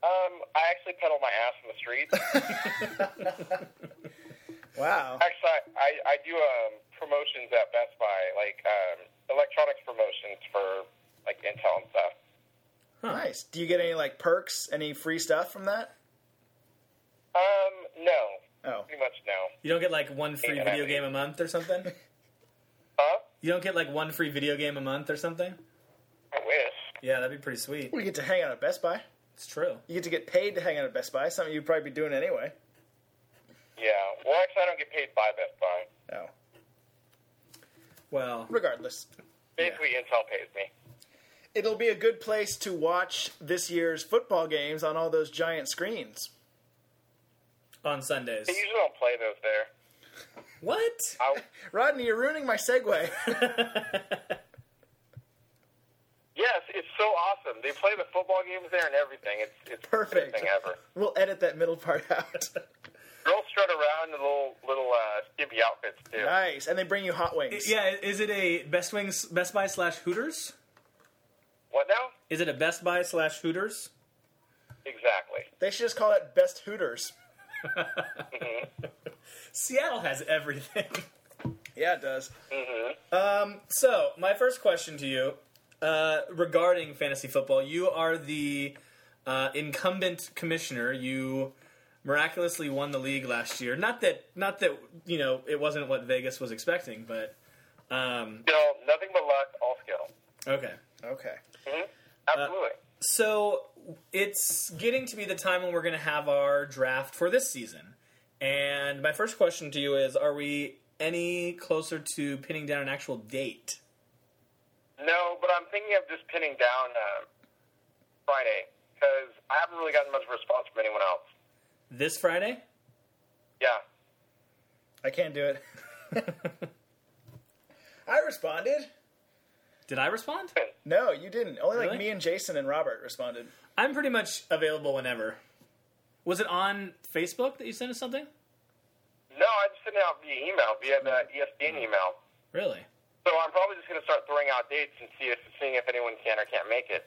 Speaker 3: Um, I actually pedal my ass in the street.
Speaker 1: Wow.
Speaker 3: actually, I, I, I do um, promotions at Best Buy, like um, electronics promotions for like Intel and stuff.
Speaker 1: Nice. Do you get any like perks? Any free stuff from that?
Speaker 3: Um, no,
Speaker 1: Oh,
Speaker 3: pretty much no.
Speaker 2: You don't get like one free
Speaker 3: Yeah,
Speaker 2: video
Speaker 3: I mean-
Speaker 2: game a month or something.
Speaker 3: Huh?
Speaker 2: You don't get like one free video game a month or something.
Speaker 3: I wish.
Speaker 2: Yeah, that'd be pretty sweet.
Speaker 1: we get to hang out at Best Buy.
Speaker 2: It's true.
Speaker 1: You get to get paid to hang out at Best Buy. Something you'd probably be doing anyway.
Speaker 3: Yeah. Well, actually, I don't get paid by Best Buy.
Speaker 1: Oh,
Speaker 2: Well,
Speaker 1: regardless,
Speaker 3: Basically, Intel pays me.
Speaker 1: it'll be a good place to watch this year's football games on all those giant screens.
Speaker 2: on Sundays.
Speaker 3: They usually don't play those there.
Speaker 2: What?
Speaker 3: I,
Speaker 1: Rodney, you're ruining my segue.
Speaker 3: yes, it's so awesome. They play the football games there and everything. It's it's the best
Speaker 1: Perfect.
Speaker 3: thing ever.
Speaker 1: we'll edit that middle part out.
Speaker 3: Girls strut around in little little uh, skimpy outfits too.
Speaker 1: nice. And they bring you hot wings.
Speaker 2: Yeah, is it a Best Wings, Best Buy slash Hooters?
Speaker 3: What now?
Speaker 2: Is it a Best Buy slash Hooters?
Speaker 3: Exactly.
Speaker 1: They should just call it Best Hooters.
Speaker 2: Seattle has everything.
Speaker 1: Yeah, it does.
Speaker 2: so, my first question to you uh, regarding fantasy football, you are the uh, incumbent commissioner. You miraculously won the league last year. Not that, not that you know, it wasn't what Vegas was expecting, but um,
Speaker 3: You know, nothing but luck, all skill.
Speaker 2: okay.
Speaker 1: Okay.
Speaker 3: Absolutely.
Speaker 2: So it's getting to be the time when we're going to have our draft for this season. And my first question to you is Are we any closer to pinning down an actual date?
Speaker 3: no, but I'm thinking of just pinning down uh, Friday because I haven't really gotten much response from anyone else.
Speaker 2: This Friday?
Speaker 3: Yeah.
Speaker 1: I can't do it. I responded.
Speaker 2: Did I respond?
Speaker 1: No, you didn't. Only like
Speaker 2: Really?
Speaker 1: me and Jason and Robert responded.
Speaker 2: I'm pretty much available whenever. Was it on Facebook that you sent us something?
Speaker 3: No, I just sent it out via email, via the E ESPN email.
Speaker 2: Really?
Speaker 3: So I'm probably just going to start throwing out dates and see if seeing if anyone can or can't make it.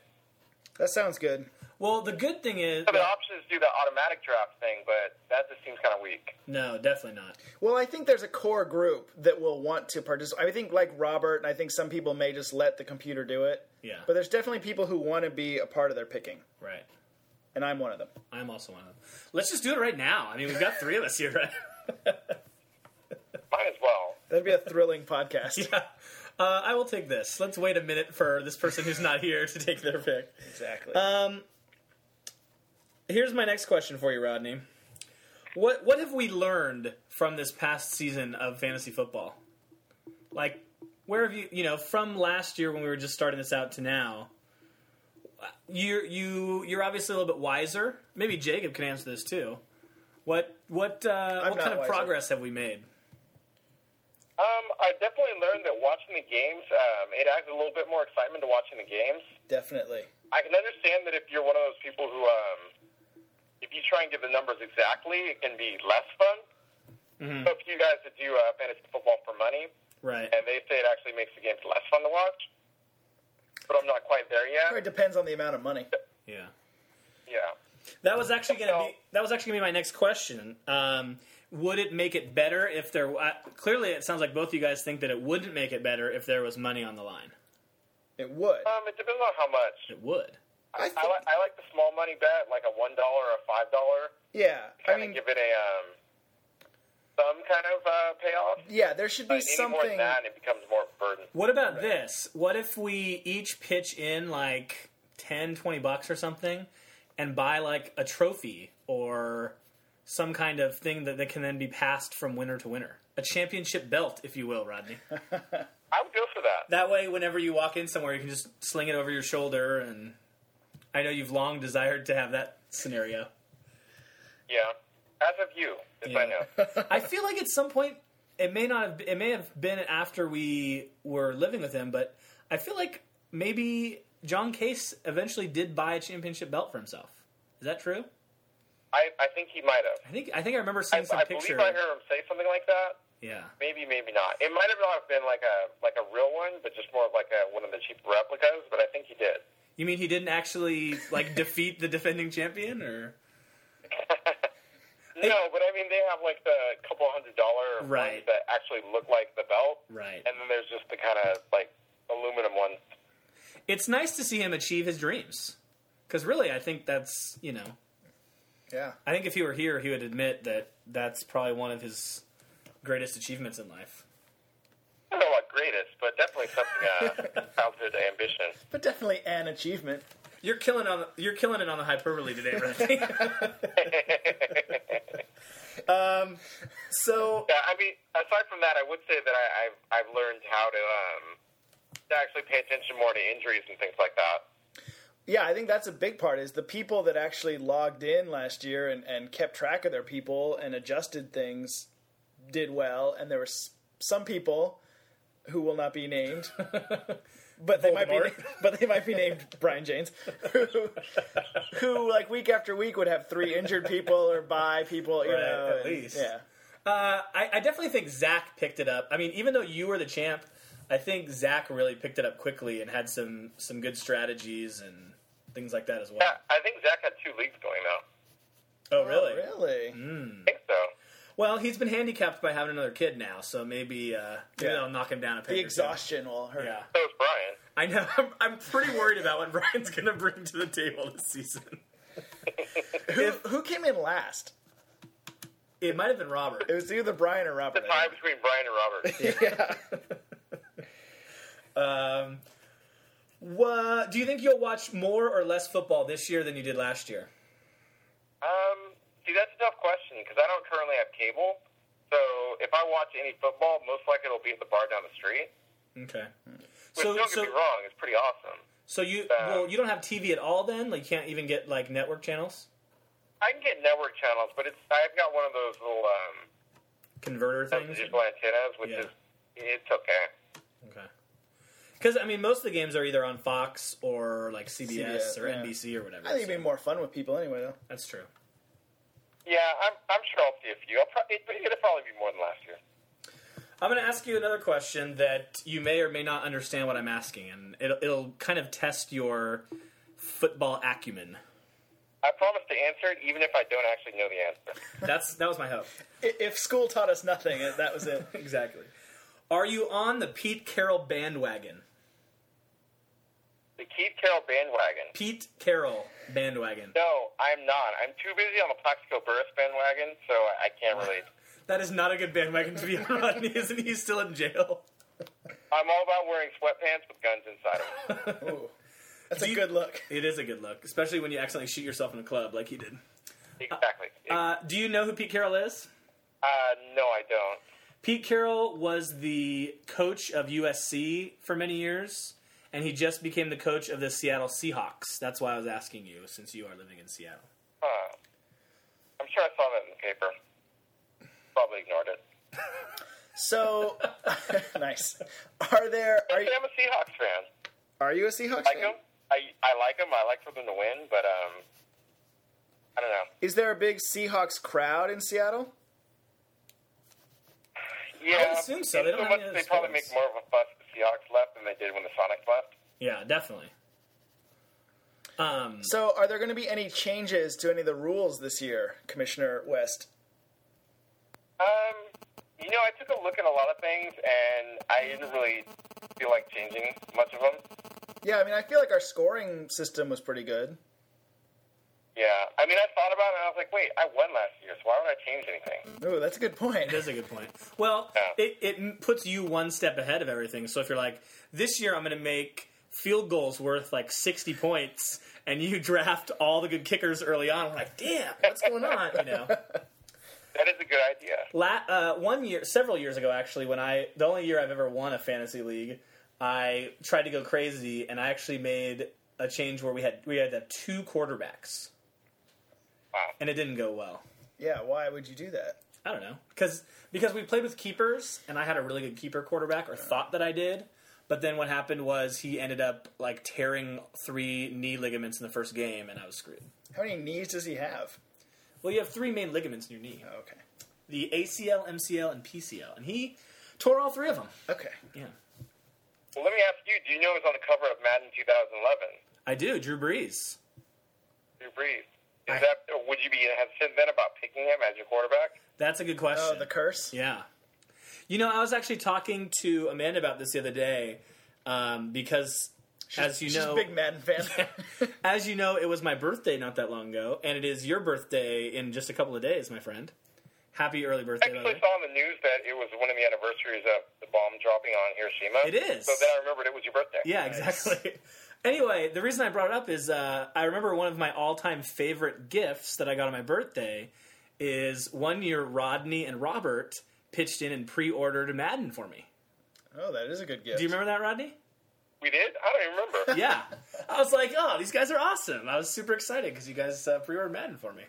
Speaker 1: That sounds good.
Speaker 2: Well, the good thing is.
Speaker 3: So the option is to do the automatic draft thing, but that just seems kind of weak.
Speaker 2: No, definitely not.
Speaker 1: Well, I think there's a core group that will want to participate. I think like Robert, and I think some people may just let the computer do it.
Speaker 2: Yeah.
Speaker 1: But there's definitely people who want to be a part of their picking,
Speaker 2: Right.
Speaker 1: and I'm one of them.
Speaker 2: I'm also one of them. Let's just do it right now. I mean, we've got three of us here, right?
Speaker 3: Might as well.
Speaker 1: That'd be a thrilling podcast.
Speaker 2: uh, I will take this. Let's wait a minute for this person who's not here to take their pick.
Speaker 1: Exactly.
Speaker 2: Um, here's my next question for you, Rodney. What what have we learned from this past season of fantasy football? Like, where have you you know from last year when we were just starting this out to now? You you you're obviously a little bit wiser. Maybe Jacob can answer this too. What what uh, what
Speaker 1: not
Speaker 2: kind of
Speaker 1: wiser.
Speaker 2: progress have we made?
Speaker 3: Um, I definitely learned that watching the games, um, it adds a little bit more excitement to watching the games.
Speaker 1: definitely.
Speaker 3: I can understand that if you're one of those people who, um, if you try and give the numbers exactly, it can be less fun. So if you guys that do uh, fantasy football for money,
Speaker 2: Right.
Speaker 3: and they say it actually makes the games less fun to watch, but I'm not quite there yet.
Speaker 1: Probably depends on the amount of money.
Speaker 2: Yeah.
Speaker 3: Yeah.
Speaker 2: That was actually going to
Speaker 3: So-
Speaker 2: be that was actually going to be my next question. Um, would it make it better if there? Uh, clearly, it sounds like both of you guys think that it wouldn't make it better if there was money on the line.
Speaker 1: It would.
Speaker 3: Um, it depends on how much.
Speaker 2: It would.
Speaker 1: I
Speaker 3: I,
Speaker 1: think,
Speaker 3: li- I like the small money bet, like a one dollar or a five dollar.
Speaker 1: yeah. I
Speaker 3: Kind of
Speaker 1: mean,
Speaker 3: give it a um, some kind of uh, payoff.
Speaker 1: yeah. There should be
Speaker 3: But any more
Speaker 1: something.
Speaker 3: than that, it becomes more of a burden.
Speaker 2: What about this? What if we each pitch in like 10, 20 bucks or something, and buy like a trophy or some kind of thing that, that can then be passed from winner to winner, a championship belt, if you will, Rodney.
Speaker 3: I would go for that.
Speaker 2: That way, whenever you walk in somewhere, you can just sling it over your shoulder. And I know you've long desired to have that scenario.
Speaker 3: Yeah. As of you, yes, I
Speaker 2: Yeah.
Speaker 3: know.
Speaker 2: I feel like at some point it may not have it may have been after we were living with him, but I feel like maybe John Case eventually did buy a championship belt for himself. Is that true?
Speaker 3: I, I think he might have.
Speaker 2: I think I think I remember
Speaker 3: I,
Speaker 2: seeing some
Speaker 3: I
Speaker 2: picture.
Speaker 3: believe I heard him say something like that.
Speaker 2: Yeah.
Speaker 3: Maybe, maybe not. It might have not been like a like a real one, but just more of like a, one of the cheap replicas. But I think he did.
Speaker 2: You mean he didn't actually like defeat the defending champion, or
Speaker 3: no, but I mean they have like the couple hundred dollar
Speaker 2: Right.
Speaker 3: ones that actually look like the belt,
Speaker 2: right?
Speaker 3: and then there's just the kind of like aluminum ones.
Speaker 2: It's nice to see him achieve his dreams, because really, I think that's you know,
Speaker 1: Yeah.
Speaker 2: I think if he were here, he would admit that that's probably one of his greatest achievements in life.
Speaker 3: I don't know about greatest, but definitely something uh, childhood ambition.
Speaker 1: But definitely an achievement.
Speaker 2: You're killing on the, you're killing it on the hyperbole today, Renee. um, so
Speaker 3: Yeah, I mean, aside from that, I would say that I, I've I've learned how to um to actually pay attention more to injuries and things like that.
Speaker 1: Yeah, I think that's a big part is the people that actually logged in last year and, and kept track of their people and adjusted things did well. And there were s- some people who will not be named, but they might be,
Speaker 2: Voldemort.
Speaker 1: but they might be named Brian James, who, who like week after week would have three injured people or by people, you
Speaker 2: Right,
Speaker 1: know, and-
Speaker 2: at least.
Speaker 1: yeah,
Speaker 2: Uh, I, I definitely think Zach picked it up. I mean, even though you were the champ, I think Zach really picked it up quickly and had some some good strategies and things like that as well.
Speaker 3: Yeah, I think Zach had two leagues going though.
Speaker 2: Oh, really? Mm.
Speaker 1: really.
Speaker 3: I think so.
Speaker 2: Well, he's been handicapped by having another kid now, so maybe uh, maybe
Speaker 1: Yeah.
Speaker 2: that'll knock him down a peg.
Speaker 1: The
Speaker 2: or two.
Speaker 1: exhaustion will hurt.
Speaker 2: Yeah,
Speaker 3: So was Brian.
Speaker 2: I know. I'm, I'm pretty worried about what Brian's going to bring to the table this season.
Speaker 1: Who, who came in last?
Speaker 2: It might have been Robert.
Speaker 1: It was either Brian or Robert.
Speaker 3: The
Speaker 1: I
Speaker 3: tie between Brian and Robert.
Speaker 1: think. Yeah.
Speaker 2: Um, wha- do you think you'll watch more or less football this year than you did last year?
Speaker 3: um, see, that's a tough question because I don't currently have cable. So if I watch any football, most likely it'll be at the bar down the street.
Speaker 2: Okay.
Speaker 3: Which don't get me wrong, it's pretty awesome.
Speaker 2: So you
Speaker 3: Uh,
Speaker 2: well, you don't have TV at all then? Like you can't even get like network channels?
Speaker 3: I can get network channels, but it's I've got one of those little um
Speaker 2: Converter things?
Speaker 3: digital antennas, which
Speaker 2: Yeah.
Speaker 3: is it's okay.
Speaker 2: Okay. Cuz I mean most of the games are either on Fox or like CBS,
Speaker 1: CBS,
Speaker 2: or
Speaker 1: yeah.
Speaker 2: NBC or whatever.
Speaker 1: I think it'd
Speaker 2: so-
Speaker 1: be more fun with people anyway, though.
Speaker 2: That's true.
Speaker 3: Yeah, I'm I'm sure I'll see a few. I'll pro- it, it'll probably be more than last year.
Speaker 2: I'm going to ask you another question that you may or may not understand what I'm asking and it'll it'll kind of test your football acumen.
Speaker 3: I promise to answer it, even if I don't actually know the answer.
Speaker 2: That's that was my hope.
Speaker 1: I- If school taught us nothing, that was it.
Speaker 2: exactly. Are you on the Pete Carroll bandwagon?
Speaker 3: The Keith Carroll bandwagon.
Speaker 2: Pete Carroll bandwagon.
Speaker 3: No, I'm not. I'm too busy on the Plaxico Burris bandwagon, so I, I can't relate.
Speaker 2: That is not a good bandwagon to be on, Rodney. Isn't he still in jail?
Speaker 3: I'm all about wearing sweatpants with guns inside of them.
Speaker 1: Ooh. That's
Speaker 2: Do
Speaker 1: a
Speaker 2: you-
Speaker 1: good look.
Speaker 2: It is a good look, especially when you accidentally shoot yourself in a club like he did.
Speaker 3: Exactly.
Speaker 2: Uh, do you know who Pete Carroll is?
Speaker 3: uh, no, I don't.
Speaker 2: Pete Carroll was the coach of USC for many years, and he just became the coach of the Seattle Seahawks. That's why I was asking you, since you are living in Seattle.
Speaker 3: Huh. I'm sure I saw that in the paper. Probably ignored it.
Speaker 1: So nice. Are there? Are you,
Speaker 3: I'm a Seahawks fan.
Speaker 1: are you a Seahawks
Speaker 3: Like
Speaker 1: fan?
Speaker 3: them. I I like them. I like for them to win, but um, I don't know.
Speaker 1: Is there a big Seahawks crowd in Seattle?
Speaker 3: Yeah,
Speaker 2: assume so. They
Speaker 3: it's
Speaker 2: don't have
Speaker 3: much,
Speaker 2: any other
Speaker 3: they probably make
Speaker 2: sports.
Speaker 3: more of a fuss if the Seahawks left than they did when the Sonics left.
Speaker 2: Yeah, definitely. Um,
Speaker 1: So, are there going to be any changes to any of the rules this year, Commissioner West?
Speaker 3: Um, you know, I took a look at a lot of things, and I didn't really feel like changing much of them.
Speaker 1: Yeah, I mean, I feel like our scoring system was pretty good.
Speaker 3: Yeah, I mean, I thought about it, and I was like, wait, I won last year, so why would I change anything?
Speaker 1: Ooh, that's a good point.
Speaker 2: That is a good point. Well,
Speaker 3: Yeah.
Speaker 2: it, it puts you one step ahead of everything. So if you're like, this year I'm going to make field goals worth like 60 points, and you draft all the good kickers early on, we're like, damn, what's going on? You know,
Speaker 3: That is a good idea.
Speaker 2: La- uh, one year, several years ago, actually, when I the only year I've ever won a fantasy league, I tried to go crazy, and I actually made a change where we had we had to have two quarterbacks,
Speaker 3: Wow.
Speaker 2: and it didn't go well.
Speaker 1: Yeah, why would you do that?
Speaker 2: I don't know because because we played with keepers and I had a really good keeper quarterback or thought that I did, but then what happened was he ended up like tearing three knee ligaments in the first game and I was screwed.
Speaker 1: How many knees does he have?
Speaker 2: Well, you have three main ligaments in your knee.
Speaker 1: Okay.
Speaker 2: the ACL, MCL, and PCL, and he tore all three of them.
Speaker 1: Okay.
Speaker 2: Yeah,
Speaker 3: Well, let me ask you. Do you know it was on the cover of Madden 2011?
Speaker 2: I do. Drew Brees.
Speaker 3: Drew Brees. Is
Speaker 2: I-
Speaker 3: that would you be hesitant then about picking him as your quarterback?
Speaker 2: That's a good question.
Speaker 1: Oh, the curse.
Speaker 2: Yeah. You know, I was actually talking to Amanda about this the other day um, because, as you
Speaker 1: She's
Speaker 2: know,
Speaker 1: a big Madden fan.
Speaker 2: as you know, it was my birthday not that long ago, and it is your birthday in just a couple of days, my friend. Happy early
Speaker 3: I
Speaker 2: birthday! by the
Speaker 3: actually
Speaker 2: way.
Speaker 3: saw on the news that it was one of the anniversaries of the bomb dropping on Hiroshima.
Speaker 2: It is.
Speaker 3: So then I remembered it was your birthday.
Speaker 2: Yeah, exactly. Anyway, the reason I brought it up is uh, I remember one of my all-time favorite gifts that I got on my birthday is one year Rodney and Robert pitched in and pre-ordered Madden for me.
Speaker 1: oh, that is a good gift.
Speaker 2: Do you remember that, Rodney?
Speaker 3: We did? I don't even remember.
Speaker 2: yeah. I was like, oh, these guys are awesome. I was super excited because you guys uh, pre-ordered Madden for me.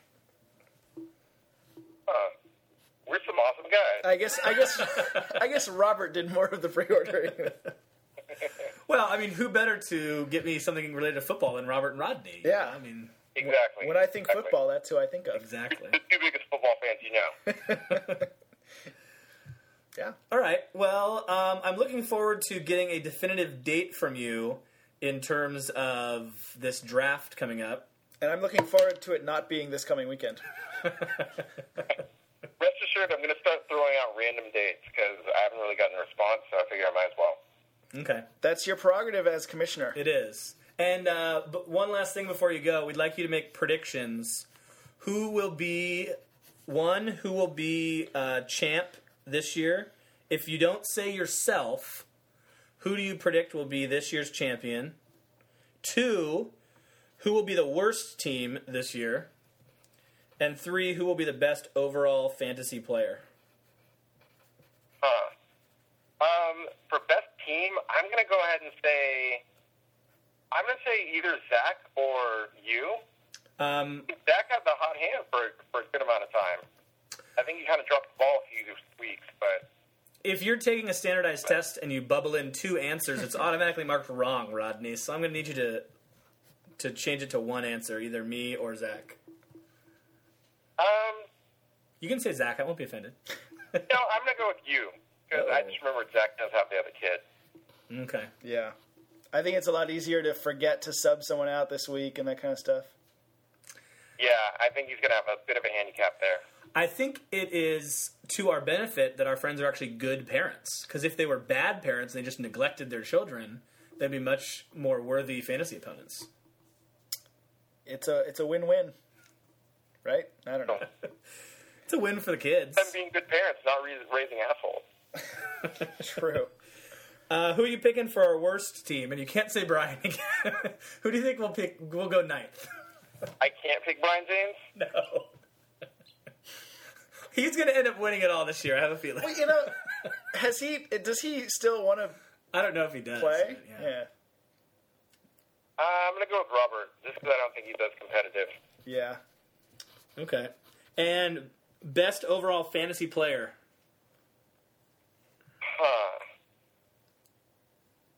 Speaker 3: huh. We're some awesome guys.
Speaker 1: I guess. I guess. I guess Robert did more of the pre-ordering.
Speaker 2: Well, I mean, who better to get me something related to football than Robert and Rodney? you
Speaker 1: Yeah.
Speaker 2: know? I mean,
Speaker 3: exactly.
Speaker 1: when I think
Speaker 3: exactly.
Speaker 1: football, that's who I think of.
Speaker 2: exactly.
Speaker 3: Two biggest football fans you know.
Speaker 1: Yeah.
Speaker 2: All right. Well, um, I'm looking forward to getting a definitive date from you in terms of this draft coming up.
Speaker 1: And I'm looking forward to it not being this coming weekend.
Speaker 3: Rest assured, I'm going to start throwing out random dates because I haven't really gotten a response, so I figure I might as well.
Speaker 2: Okay.
Speaker 1: That's your prerogative as commissioner.
Speaker 2: It is. And uh, but one last thing before you go, we'd like you to make predictions. Who will be one? Who will be uh, champ this year? If you don't say yourself, who do you predict will be this year's champion? Two, who will be the worst team this year? And three, who will be the best overall fantasy player?
Speaker 3: Huh. Um, for best team, I'm going to go ahead and say I'm going to say either Zach or you.
Speaker 2: Um,
Speaker 3: Zach had the hot hand for for a good amount of time. I think he kind of dropped the ball a few weeks, but
Speaker 2: if you're taking a standardized test and you bubble in two answers, it's automatically marked wrong, Rodney. So I'm going to need you to to change it to one answer, either me or Zach.
Speaker 3: um,
Speaker 2: You can say Zach. I won't be offended.
Speaker 3: no, I'm going to go with you because I
Speaker 1: Uh-oh.
Speaker 3: just remembered Zach does have the other kid.
Speaker 2: Okay.
Speaker 1: Yeah. I think it's a lot easier to forget to sub someone out this week and that kind of stuff.
Speaker 3: Yeah, I think he's going to have a bit of a handicap there.
Speaker 2: I think it is to our benefit that our friends are actually good parents. Because if they were bad parents and they just neglected their children, they'd be much more worthy fantasy opponents.
Speaker 1: It's a it's a win-win. Right? I don't know.
Speaker 2: It's a win for the kids.
Speaker 3: Them being good parents, not re- raising assholes.
Speaker 1: True.
Speaker 2: Uh, who are you picking for our worst team? And you can't say Brian again. who do you think will pick? Will go ninth?
Speaker 3: I can't pick Brian James.
Speaker 2: No. He's going to end up winning it all this year. I have a feeling.
Speaker 1: But, you know, has he does he still want to
Speaker 2: I don't know if he does.
Speaker 1: play?
Speaker 2: but
Speaker 1: Yeah. yeah.
Speaker 3: Uh, I'm going to go with Robert just because I don't think he's as competitive.
Speaker 2: Okay. And best overall fantasy player,
Speaker 3: Huh.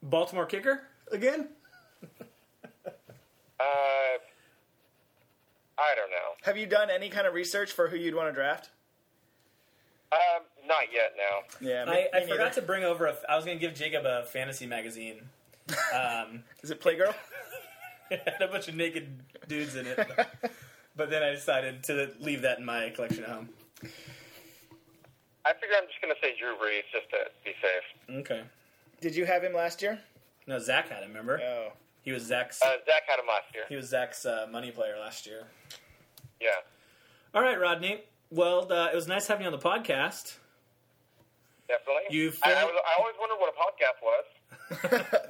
Speaker 2: Baltimore kicker again.
Speaker 3: Uh, I don't know.
Speaker 1: Have you done any kind of research for who you'd want to draft?
Speaker 3: Um, not yet. No.
Speaker 1: Yeah. me-
Speaker 2: I, I
Speaker 1: me
Speaker 2: forgot
Speaker 1: neither.
Speaker 2: to bring over. A, I was going to give Jacob a fantasy magazine. Um,
Speaker 1: Is it Playgirl?
Speaker 2: it had a bunch of naked dudes in it, but then I decided to leave that in my collection at home.
Speaker 3: I figure I'm just going to say Drew Brees just to be safe.
Speaker 2: Okay.
Speaker 1: Did you have him last year?
Speaker 2: No, Zach had him. Remember,
Speaker 1: Oh.
Speaker 2: he was Zach's.
Speaker 3: Uh, Zach had him last year.
Speaker 2: he was Zach's uh, money player last year.
Speaker 3: Yeah.
Speaker 2: All right, Rodney. Well, uh, it was nice having you on the podcast.
Speaker 3: Definitely.
Speaker 2: You
Speaker 3: I, I,
Speaker 2: feel-
Speaker 3: was, I always wondered what a podcast was.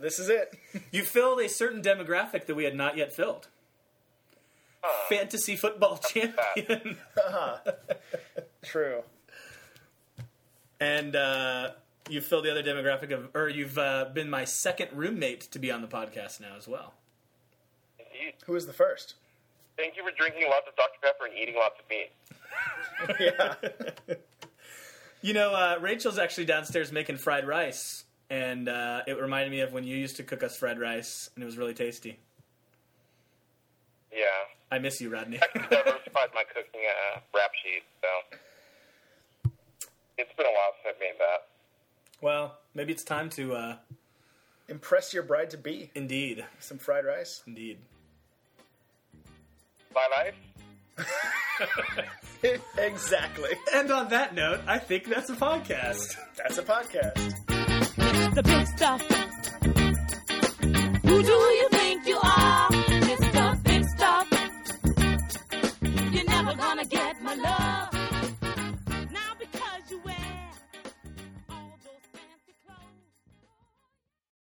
Speaker 1: This is it.
Speaker 2: You filled a certain demographic that we had not yet filled. Fantasy football champion.
Speaker 1: Uh-huh. True.
Speaker 2: and uh, you filled the other demographic of, or you've uh, been my second roommate to be on the podcast now as well.
Speaker 3: Indeed.
Speaker 1: Who was the first?
Speaker 3: Thank you for drinking lots of Dr. Pepper and eating lots of meat.
Speaker 1: Yeah.
Speaker 2: You know, uh, Rachel's actually downstairs making fried rice, and uh, it reminded me of when you used to cook us fried rice, and it was really tasty.
Speaker 3: Yeah.
Speaker 2: I miss you, Rodney.
Speaker 3: Diversified my cooking uh, rap sheet. So It's been a while since I've made that.
Speaker 2: Well, maybe it's time to. uh
Speaker 1: Impress your bride to be.
Speaker 2: Indeed,
Speaker 1: Some fried rice.
Speaker 2: indeed.
Speaker 3: My life?
Speaker 1: exactly.
Speaker 2: And on that note, I think that's a podcast.
Speaker 1: That's a podcast.
Speaker 4: the big stuff. Who do you think you are, Mr. Big Stuff? You're never gonna get my love.